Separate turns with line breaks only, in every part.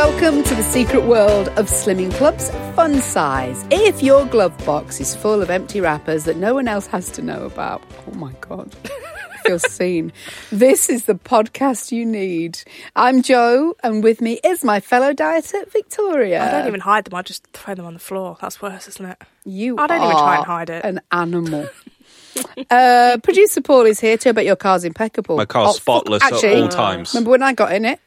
Welcome to the secret world of Slimming Club's fun size. If your glove box is full of empty wrappers that no one else has to know about, oh my God, I feel seen. This is the podcast you need. I'm Joe, and with me is my fellow dieter, Victoria.
I don't even hide them. I just throw them on the floor. That's worse, isn't it?
You
I don't
are
even try and hide it.
An animal. uh, producer Paul is here too, but your car's impeccable.
My car's
Oh, fuck,
spotless at all times.
Remember when I got in it?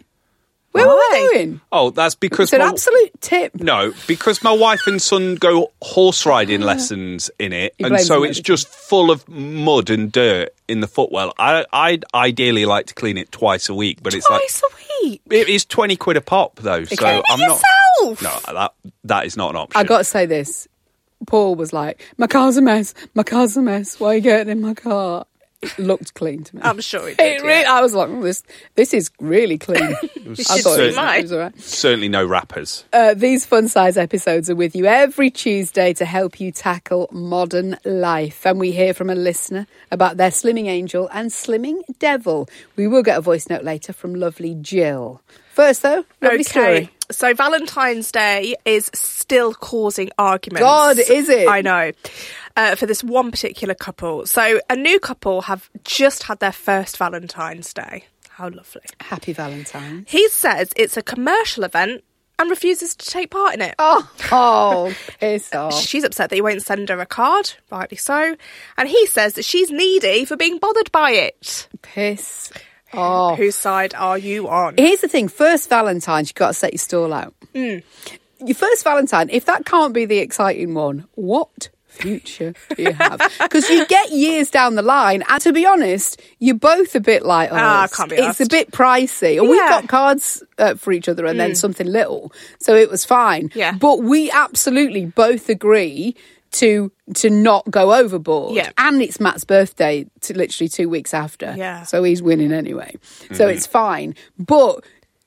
Where were
Why?
we going?
Oh, that's because
It's an
my-
absolute tip.
no, because my wife and son go horse riding lessons in it,
He
and
blames
so
me.
it's just full of mud and dirt in the footwell. I I ideally like to clean it twice a week, but it's
Twice a week.
like it is twenty quid a pop though. So
Clean it
I'm
yourself.
not. No, that that is not an option.
I got to say this. Paul was like, "My car's a mess. My car's a mess. Why are you getting in my car?" It looked clean to me.
I'm sure he did.
it really, I was like, oh, "This, this is really clean."
You
I
should
thought
see
it was,
mine.
it was all right.
certainly no wrappers.
Uh, these fun size episodes are with you every Tuesday to help you tackle modern life. And we hear from a listener about their slimming angel and slimming devil. We will get a voice note later from lovely Jill. First, though, lovely story.
So Valentine's Day is still causing arguments.
God, is it?
I know. Uh, for this one particular couple. So a new couple have just had their first Valentine's Day. How lovely.
Happy Valentine.
He says it's a commercial event and refuses to take part in it.
Oh, oh, piss off.
She's upset that he won't send her a card, rightly so. And he says that she's needy for being bothered by it.
Piss off.
Whose side are you on?
Here's the thing first Valentine's, you've got to set your stall out.
Mm.
Your first Valentine, if that can't be the exciting one, what future do you have? Because you get years down the line, and to be honest, you're both a bit like, oh,
Ah, I
it's-
can't be
it's a
arsed.
bit pricey. Or we
Yeah. Mm.
got cards uh, for each other and then something little. So it was fine.
Yeah.
But we absolutely both agree. To to not go overboard,
Yeah.
and it's Matt's birthday, to literally two weeks after.
Yeah.
So he's winning anyway. So it's fine. But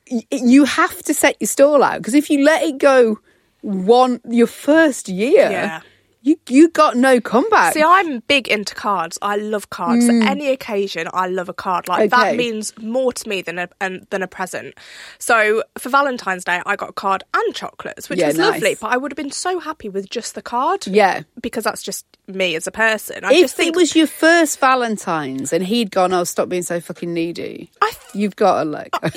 y- you have to set your stall out because if you let it go one your first year,
Yeah.
you you got no comeback.
See, I'm big into cards. I love cards. Any occasion, I love a card. Like that
Mm. Okay.
means more to me than a and, than a present. So for Valentine's Day, I got a card and chocolates, which
Yeah,
was
nice.
lovely. But I would have been so happy with just the card.
Yeah.
because that's just me as a person. I
if
just think
it was your first Valentine's and he'd gone, oh, stop being so fucking needy.
I th-
You've got to like.
Yeah,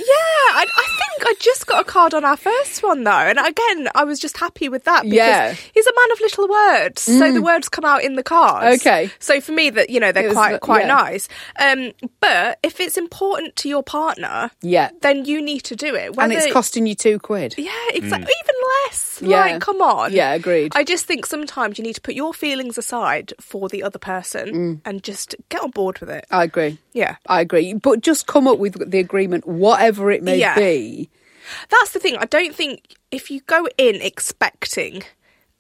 I, I think I just got a card on our first one though, and again, I was just happy with that because
Yeah. Mm.
he's a man of little words, so the words come out in the cards.
Okay.
so for me, that you know
It
they're
was the-
quite quite
yeah.
nice. Um, but if it's important to your partner,
Yeah.
then you need to do it.
and
whether-
it's costing you two quid.
yeah, exactly. Even less.
Yeah.
Like, come on.
Yeah, agreed.
I just think sometimes you need to put your feelings aside for the other person
Mm.
and just get on board with it.
I agree.
Yeah.
I agree. But just come up with the agreement, whatever it may
Yeah.
be.
That's the thing. I don't think if you go in expecting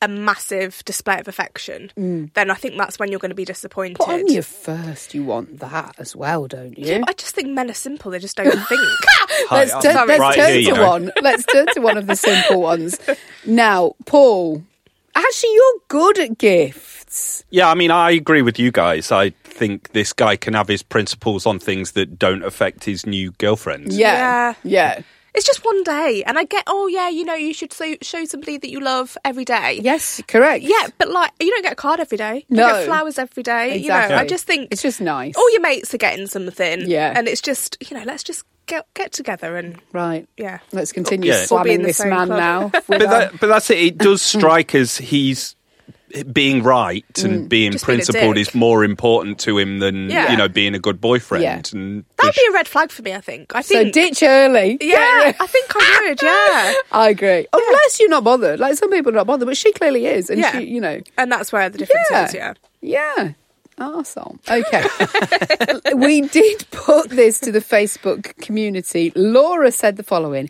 a massive display of affection, then I think that's when you're going to be disappointed.
But Mm. on your first, you want that as well, don't you?
I just think men are simple. They just don't think.
Hi,
let's
I'm
turn, let's
right
turn
here, you
to
know.
one. Let's turn to one of the simple ones. Now, Paul, actually, you're good at gifts.
Yeah, I mean, I agree with you guys. I think this guy can have his principles on things that don't affect his new girlfriend.
Yeah, yeah.
It's It's just one day, and I get, oh yeah, you know, you should so- show somebody that you love every day.
Yes, correct.
Yeah, but like you don't get a card every day. You
No.
get flowers every day. You
Exactly.
know, I just think Oh,
It's just nice.
All your mates are getting something.
Yeah.
and it's just you know, let's just get get together and
Right.
Yeah.
Let's continue
Yeah.
We'll be
slamming
in the
this
same
man
club.
now. with
But,
uh,
our-
that, but that's it. It does strike us he's being right and being
Mm, Just being a
principled
dick.
is more important to him than
Yeah.
you know being a good boyfriend.
Yeah.
And
that'd be a red flag for me. I think. I
so
think.
ditch early.
yeah, I think I would. Yeah,
I agree. Unless you're not bothered. Like some people are not bothered, but she clearly is. And
Yeah.
she, you know.
and that's where the difference is. Yeah.
Yeah. Arsehole. Okay. we did put this to the Facebook community. Laura said the following.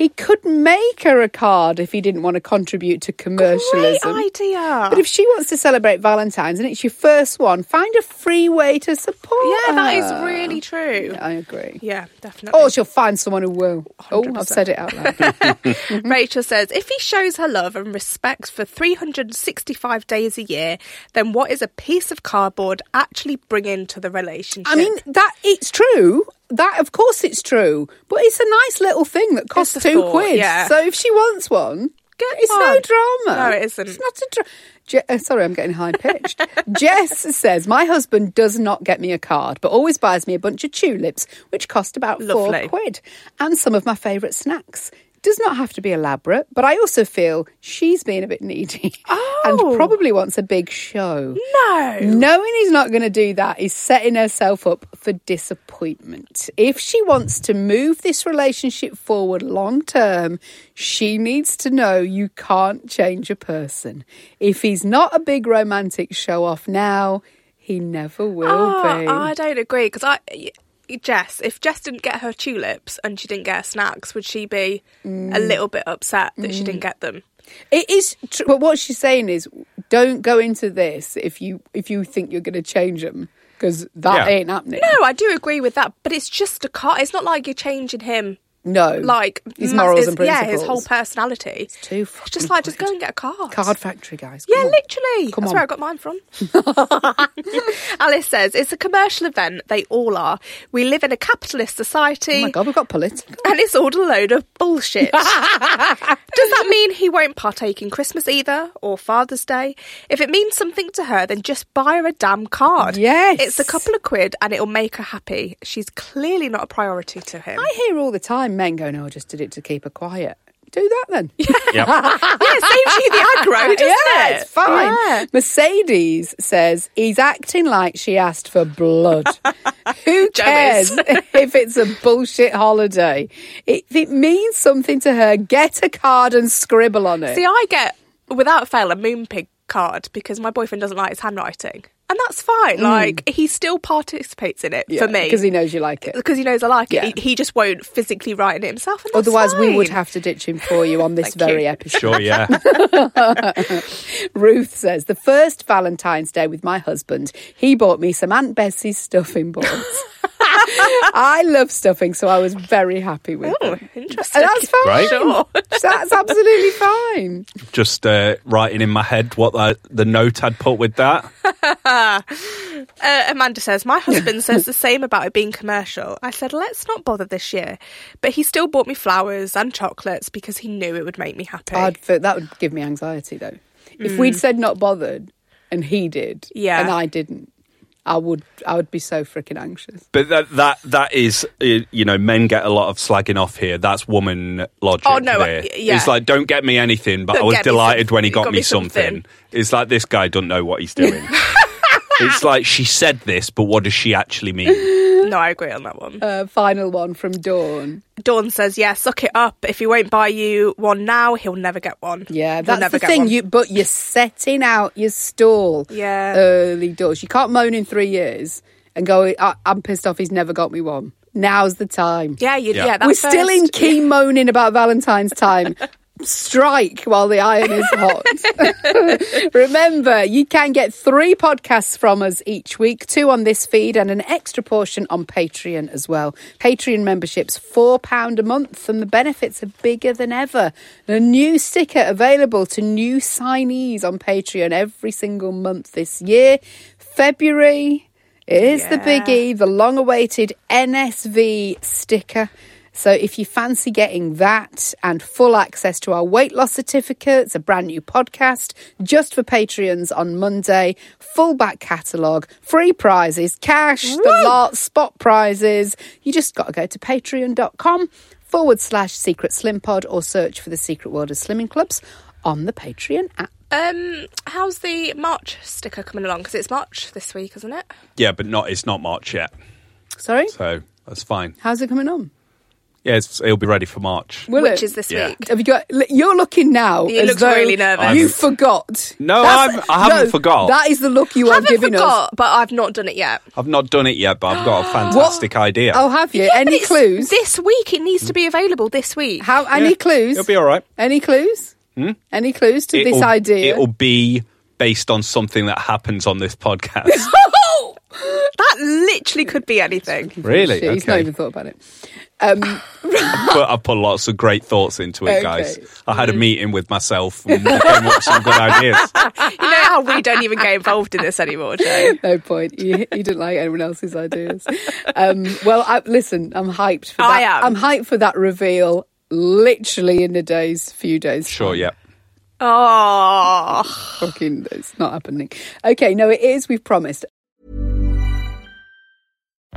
He could make her a card if he didn't want to contribute to commercialism.
Great idea.
But if she wants to celebrate Valentine's and it's your first one, find a free way to support
yeah, that
her.
is really true. Yeah,
I agree.
definitely.
Or she'll find someone who will. Oh, I've said it out loud.
Rachel says, if he shows her love and respect for 365 days a year, then what is a piece of cardboard actually bringing to the relationship?
I mean, that it's true. That of course it's true, but it's a nice little thing that costs
It's a
two
thought,
quid.
yeah.
So if she wants one,
Get
it's
one.
no drama.
No, it isn't.
It's not a drama. Je- uh, sorry, I'm getting high pitched. Jess says my husband does not get me a card, but always buys me a bunch of tulips, which cost about four
Lovely.
quid, and some of my favourite snacks. Does not have to be elaborate, but I also feel she's being a bit needy
Oh.
and probably wants a big show.
no.
Knowing he's not going to do that is setting herself up for disappointment. If she wants to move this relationship forward long term, she needs to know you can't change a person. If he's not a big romantic show off now, he never will be.
Ah, I don't agree because I. y- Jess, if Jess didn't get her tulips and she didn't get her snacks, would she be a little bit upset that she didn't get them?
It is, tr- but what she's saying is, don't go into this if you if you think you're going to change him because that
Yeah.
ain't happening.
No, I do agree with that, but it's just a card. It's not like you're changing him,
No,
like
his
mass-
morals
his-
and
Yeah,
principles.
his whole personality. It's
too
It's
fucking
just like just
good.
go and get a card.
card factory guys.
Yeah,
come on.
literally.
Come
That's
on.
where I got mine from. Alice says it's a commercial event. They all are. We live in a capitalist society.
Oh my god, we've got political.
And it's all a load of bullshit. Does that mean he won't partake in Christmas either or Father's Day? If it means something to her, then just buy her a damn card.
Yes.
It's a couple of quid and it'll make her happy. She's clearly not a priority to him.
I hear all the time men going, "Oh, I just did it to keep her quiet." Do that then. Yeah,
yeah, it saves you the aggro, doesn't it?
it's fine.
Yeah.
Mercedes says he's acting like she asked for blood. Who
Joe
cares
is.
if it's a bullshit holiday? If it means something to her, get a card and scribble on it.
See, I get, without fail, a moonpig card because my boyfriend doesn't like his handwriting. And that's fine. Like, he still participates in it
Mm. Yeah,
for me.
because he knows you like it.
Because he knows I like
Yeah.
it. He, he just won't physically write in it himself. and that's
Otherwise, we would
fine.
have to ditch him for you on this
Thank
very
you.
episode.
sure, yeah.
Ruth says, the first Valentine's Day with my husband, he bought me some Aunt Bessie's stuffing balls. I love stuffing, so I was very happy with
Oh,
them.
interesting.
And that's fine.
Right.
Sure.
That's absolutely fine.
Just uh, writing in my head what that, the note I'd put with that.
Uh, Amanda says, My husband says the same about it being commercial. I said, Let's not bother this year. But he still bought me flowers and chocolates because he knew it would make me happy.
I'd, fe- that would give me anxiety, though. If we'd said not bothered and he did,
Mm. Yeah.
and I didn't, I would I would be so freaking anxious.
But that that that is, uh, you know, men get a lot of slagging off here. That's woman logic.
Oh, no,
there.
uh, yeah.
It's like don't get me anything, but
Don't
I was
get me
delighted
some-
when he got, me, something. It's like this guy doesn't know what he's doing. it's like she said this, but what does she actually mean?
no, I agree on that one.
Uh, final one from Dawn.
Dawn says, Yeah, suck it up. If he won't buy you one now, he'll never get one.
Yeah,
He'll
that's
never
the
get
thing.
one.
You but you're setting out your stall.
Yeah.
early doors. You can't moan in three years and go. I- I'm pissed off. He's never got me one. Now's the time.
Yeah, you, yeah.
Yeah.
that
we're still in
first-
key moaning about Valentine's time. Strike while the iron is hot. Remember, you can get three podcasts from us each week two on this feed and an extra portion on Patreon as well. Patreon membership's £4 a month, and the benefits are bigger than ever. And a new sticker available to new signees on Patreon every single month this year. February is the
Yeah.
biggie, the long awaited NSV sticker. So if you fancy getting that and full access to our weight loss certificates, a brand new podcast just for Patreons on Monday, full back catalogue, free prizes, cash, the lot, spot prizes, you just got to go to patreon.com forward slash secret slim pod or search for the secret world of slimming clubs on the Patreon app.
Um, how's the March sticker coming along? Because it's March this week, isn't it?
Yeah, but not it's not March yet,
Sorry?
so that's fine.
How's it coming on?
Yeah, it's, it'll be ready for March.
Will it?
Which is this
Yeah.
week.
Have you got? l- You're looking now.
He
as
looks
though
really nervous.
You
I'm-
forgot.
No, I'm- I haven't
no,
forgot.
That is the look you
I
are
haven't
giving
forgot,
us.
but I've not done it yet.
I've not done it yet, but I've got a fantastic idea.
Oh, have you?
But
any
it's
clues?
This week it needs to be available this week.
How? Any
Yeah,
clues?
It'll be all Hmm? right.
Any clues? Any clues to this
It'll-
idea?
It'll be based on something that happens on this podcast.
that literally could be anything.
really?
Shit, He's not even thought about it. Um,
but I put lots of great thoughts into it,
Okay.
guys. I had a meeting with myself and we came up with some good ideas.
You know how we don't even get involved in this anymore, Joe.
no point. You, you didn't like anyone else's ideas. Um, well, I, listen, I'm hyped for that.
I am.
I'm hyped for that reveal. Literally in the days, few days.
Sure, yeah.
Ah.
Oh,
Fucking, it's not happening. Okay, no, it is. We've promised.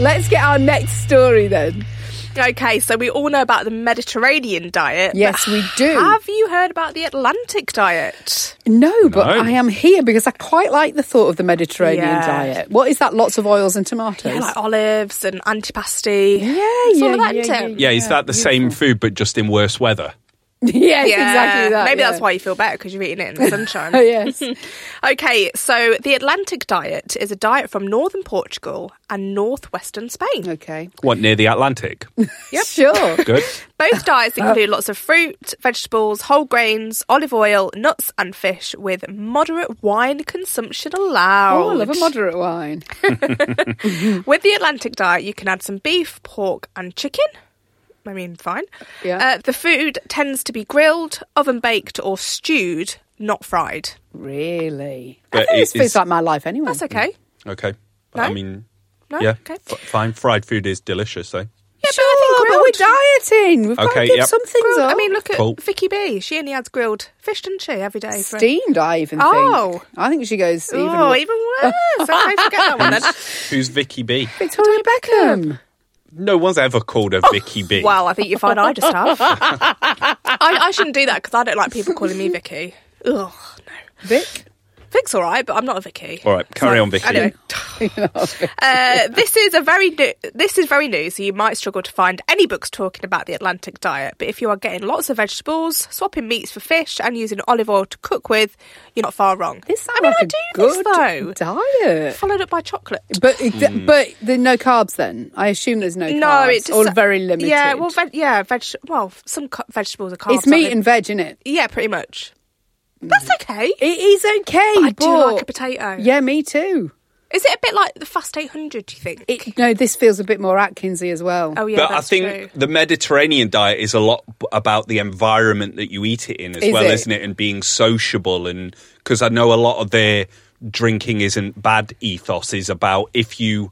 Let's get our next story then.
okay. So we all know about the Mediterranean diet. but
Yes, we do.
Have you heard about the Atlantic diet?
No, but
No.
I am here because I quite like the thought of the Mediterranean
Yeah.
diet. What is that? Lots of oils and tomatoes.
Yeah, like olives and antipasti. Yeah,
yeah,
all about
yeah,
it.
Yeah, is that the same food but just in worse weather?
yes, exactly that.
Maybe
yeah.
that's why you feel better because you're eating it in the sunshine.
Oh, yes.
Okay, so the Atlantic diet is a diet from northern Portugal and northwestern Spain.
okay.
What, near the Atlantic?
Oh,
Sure.
Good.
Both diets
Uh.
include lots of fruit, vegetables, whole grains, olive oil, nuts, and fish, with moderate wine consumption allowed.
Oh, I love a moderate wine.
With the Atlantic diet, you can add some beef, pork, and chicken. I mean, fine.
Yeah.
Uh, the food tends to be grilled, oven baked, or stewed, not fried.
Really?
But
I think
it
this feels
is-
like my life anyway.
That's okay.
Okay.
No?
I mean,
No?
yeah.
Okay.
F- fine. Fried food is delicious, eh? though.
Yeah,
Sure, but, we're dieting. We've got to
Okay,
give
yep.
some things
Grilled.
up.
I mean, look at
Cool.
Vicky B. She only adds grilled fish, doesn't she, every day? for-
steamed. I even
Oh.
think. I think she goes even.
oh, even worse. I forget that one then.
Who's Vicky B?
Victoria Beckham.
No one's ever called her Vicky B.
Oh, Wow, I think you find I just have. I, I shouldn't do that because I don't like people calling me Vicky. Ugh, no.
Vic.
Vic's all right, but I'm not a Vicky.
All right, carry on, Vicky.
Anyway, uh, this is a very new, this is very new, so you might struggle to find any books talking about the Atlantic diet. But if you are getting lots of vegetables, swapping meats for fish, and using olive oil to cook with, you're not far wrong.
This sounds
I mean,
like
I
a
do
good
this though.
diet.
Followed up by chocolate.
But but there are no carbs then. I assume there's no carbs.
No, it's just,
all very limited.
Yeah, well, veg- yeah, veg- well, some ca- vegetables are carbs.
it's meat
aren't
and veg, isn't it?
they? yeah, pretty much. That's okay.
It is okay.
But I do
but-
like a potato.
Yeah, me too.
Is it a bit like the Fast 800, do you think?
It, no, this feels a bit more Atkinsy as well.
oh, yeah,
but I
that's
think
true.
the Mediterranean diet is a lot b- about the environment that you eat it in as
Is
well,
it?
is isn't it? And being sociable, and because I know a lot of their drinking isn't bad ethos is about if you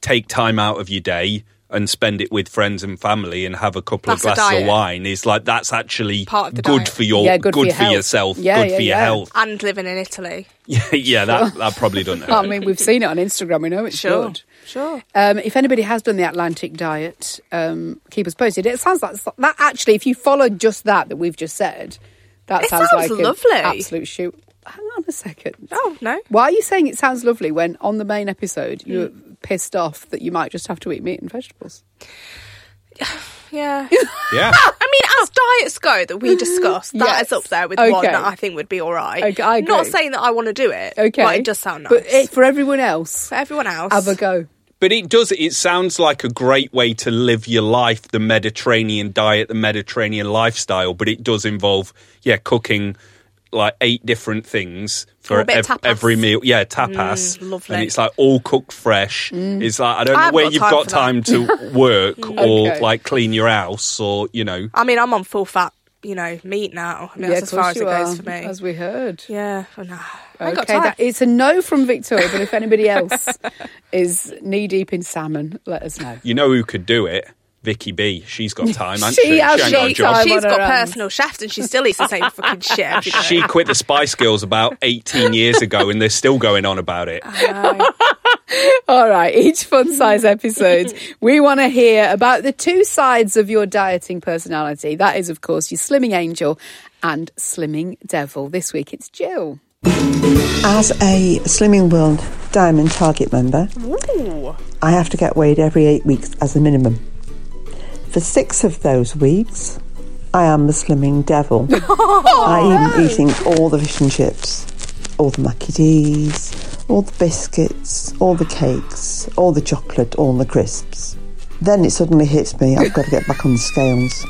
take time out of your day and spend it with friends and family and have a couple
That's a
of glasses
diet.
of wine is like that's actually
Part of the
good
diet.
for your
Yeah,
good,
good for your
for,
health.
yourself,
Yeah,
good
yeah,
for your
yeah.
health.
And living in Italy.
yeah, yeah, that that probably doesn't.
I
Um,
hurt.
mean, we've seen it on Instagram. We know it's
Sure.
good.
Sure.
Um, if anybody has done the Atlantic diet, um, keep us posted. It sounds like that. Actually, if you followed just that that we've just said, that
It
sounds,
sounds
like a
lovely.
absolute shoot. Hang on a second.
Oh, no.
Why are you saying it sounds lovely when on the main episode
Mm.
you were pissed off that you might just have to eat meat and vegetables?
Yeah.
yeah,
I mean, as diets go that we discussed, that is
Yes.
up there with one
Okay.
that I think would be all right.
Okay, I agree.
Not saying that I want to do it,
Okay,
but it does sound nice.
But eh, for everyone else,
For everyone else,
have a go.
But it does. It sounds like a great way to live your life, the Mediterranean diet, the Mediterranean lifestyle. But it does involve, yeah, cooking like eight different things
Or
for
a bit of
ev-
tapas.
every meal. Yeah, tapas.
Mm, lovely. Mm.
And it's like all cooked fresh. It's like I don't
I
know
haven't
where
got
you've
time
got
for that. Mm.
time to work or
Okay.
like clean your house or you know.
I mean, I'm on full fat, you know, meat now. I mean, that's as
of course
far as it
you
goes
are,
for me.
As we heard.
yeah, oh, no. I ain't got
Okay,
time.
that, it's a no from Victoria, but if anybody else is knee deep in salmon, let us know.
You know who could do it? Vicky B. She's got time. hasn't
She
she
has
ain't got a
sheet
job.
time. I'm
She's
on
got
her own.
personal chefs and she still eats the same fucking shit. every day.
She quit the Spice Girls about 18 years ago, and they're still going on about it.
All right, each fun size episode, we want to hear about the two sides of your dieting personality. That is, of course, your slimming angel and slimming devil. This week it's Jill.
As a Slimming World Diamond Target member, I have to get weighed every eight weeks as a minimum. For six of those weeks, I am the Slimming Devil. I am eating all the fish and chips, all the Mackie D's, all the biscuits, all the cakes, all the chocolate, all the crisps. Then it suddenly hits me, I've got to get back on the scales.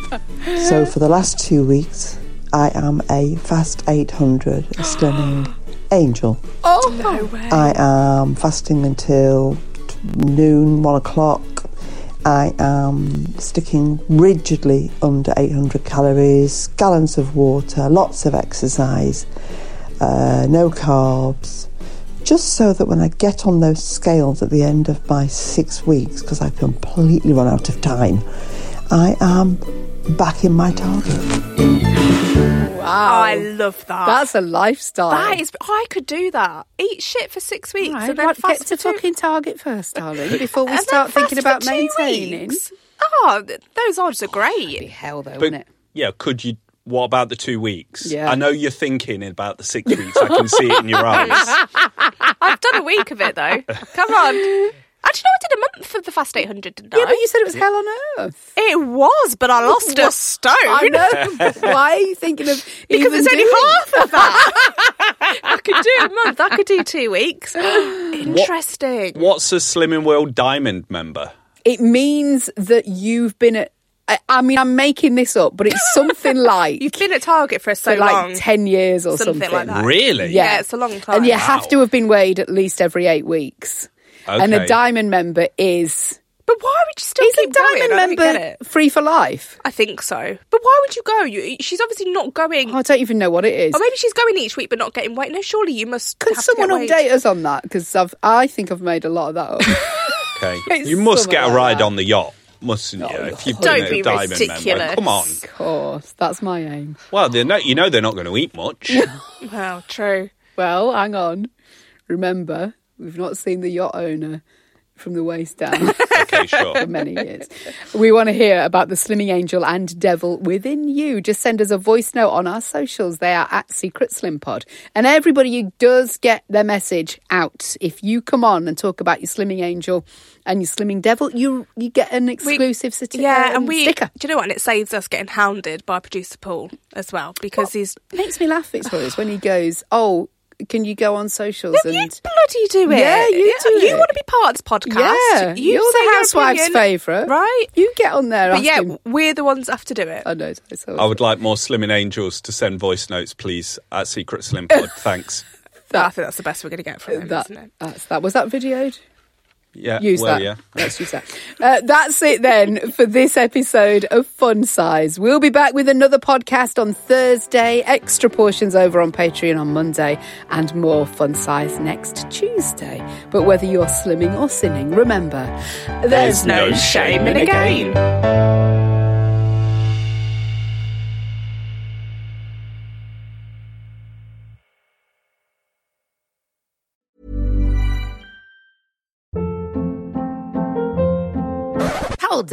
So for the last two weeks, I am a fast 800 slimming angel.
Oh,
I am fasting until t- noon, one o'clock. I am sticking rigidly under 800 calories, gallons of water, lots of exercise, uh, no carbs, just so that when I get on those scales at the end of my six weeks, because I've completely run out of time, I am back in my target.
wow.
I love that.
That's a lifestyle.
that is, I could do that. Eat shit for six weeks
Right,
and then
right,
fast
get to
for two-
fucking target first, darling, before we
and then
start thinking about
fast for two
maintaining.
weeks. Oh, th- those odds are great.
Hell, though,
But
isn't it?
yeah, could you? What about the two weeks?
Yeah.
I know you're thinking about the six weeks. I can see it in your eyes.
I've done a week of it though. Come on. Actually, no, I did a month of the Fast 800, didn't I?
Yeah, but you said it was hell on earth.
It was, but I lost a stone.
I know. but why are you thinking of
Because
even
it's only
doing-
half of that. I could do a month. I could do two weeks. Interesting.
What's a Slimming World Diamond member?
It means that you've been at. I, I mean, I'm making this up, but it's something like
You've been at Target for so
for like
long.
ten years or something.
Something like that.
Uh,
Really?
Yeah.
Yeah, it's a long time.
And you
Wow.
have to have been weighed at least every eight weeks. And a
Okay.
diamond member is
But why would you still
is a
keep going?
diamond
I don't get
member
it.
free for life?
I think so. But why would you go? You, she's obviously not going.
Oh, I don't even know what it is.
or maybe she's going each week, but not getting weight. No, surely you must.
Can
have to
someone
get weighed.
update us on that? Because I've I think I've made a lot of that up.
Okay.
It's
You must get a
something like
ride
that.
on the yacht, mustn't you? If you've
Don't
been a
be
diamond
ridiculous.
member, come on.
of course, that's my aim.
Well, they're not, you know they're not going to eat much.
Well, true.
Well, hang on. Remember, we've not seen the yacht owner from the waist down.
okay, sure.
for many years. We want to hear about the slimming angel and devil within you. Just send us a voice note on our socials. They are at Secret Slim Pod. And everybody who does get their message out, if you come on and talk about your slimming angel and your slimming devil, you you get an exclusive certi-
Yeah,
um,
and we.
sticker.
Do you know what? And it saves us getting hounded by producer Paul as well because he's.
It makes me laugh, Victoria, is when he goes, "Oh, can you go on socials?"
You
and
bloody do it.
Yeah, you do
You
it.
want to be part of this podcast.
yeah, are
you say
the
your
housewife's
opinion,
favourite,
Right?
You get on there.
But yeah,
asking- "Oh,
we're the ones that have to do it.
I know. it's always-
I would like more Slimming Angels to send voice notes, please, at Secret Slim Pod. Thanks.
I think that's the best we're going to get from him,
uh, that,
isn't it?
that's that. Was that videoed?
Yeah,
Use
well,
that.
yeah.
Let's use that. Uh, that's it then for this episode of Fun Size. We'll be back with another podcast on Thursday, extra portions over on Patreon on Monday, and more Fun Size next Tuesday. But whether you're slimming or sinning, remember, there's,
no shame in a game.
Hold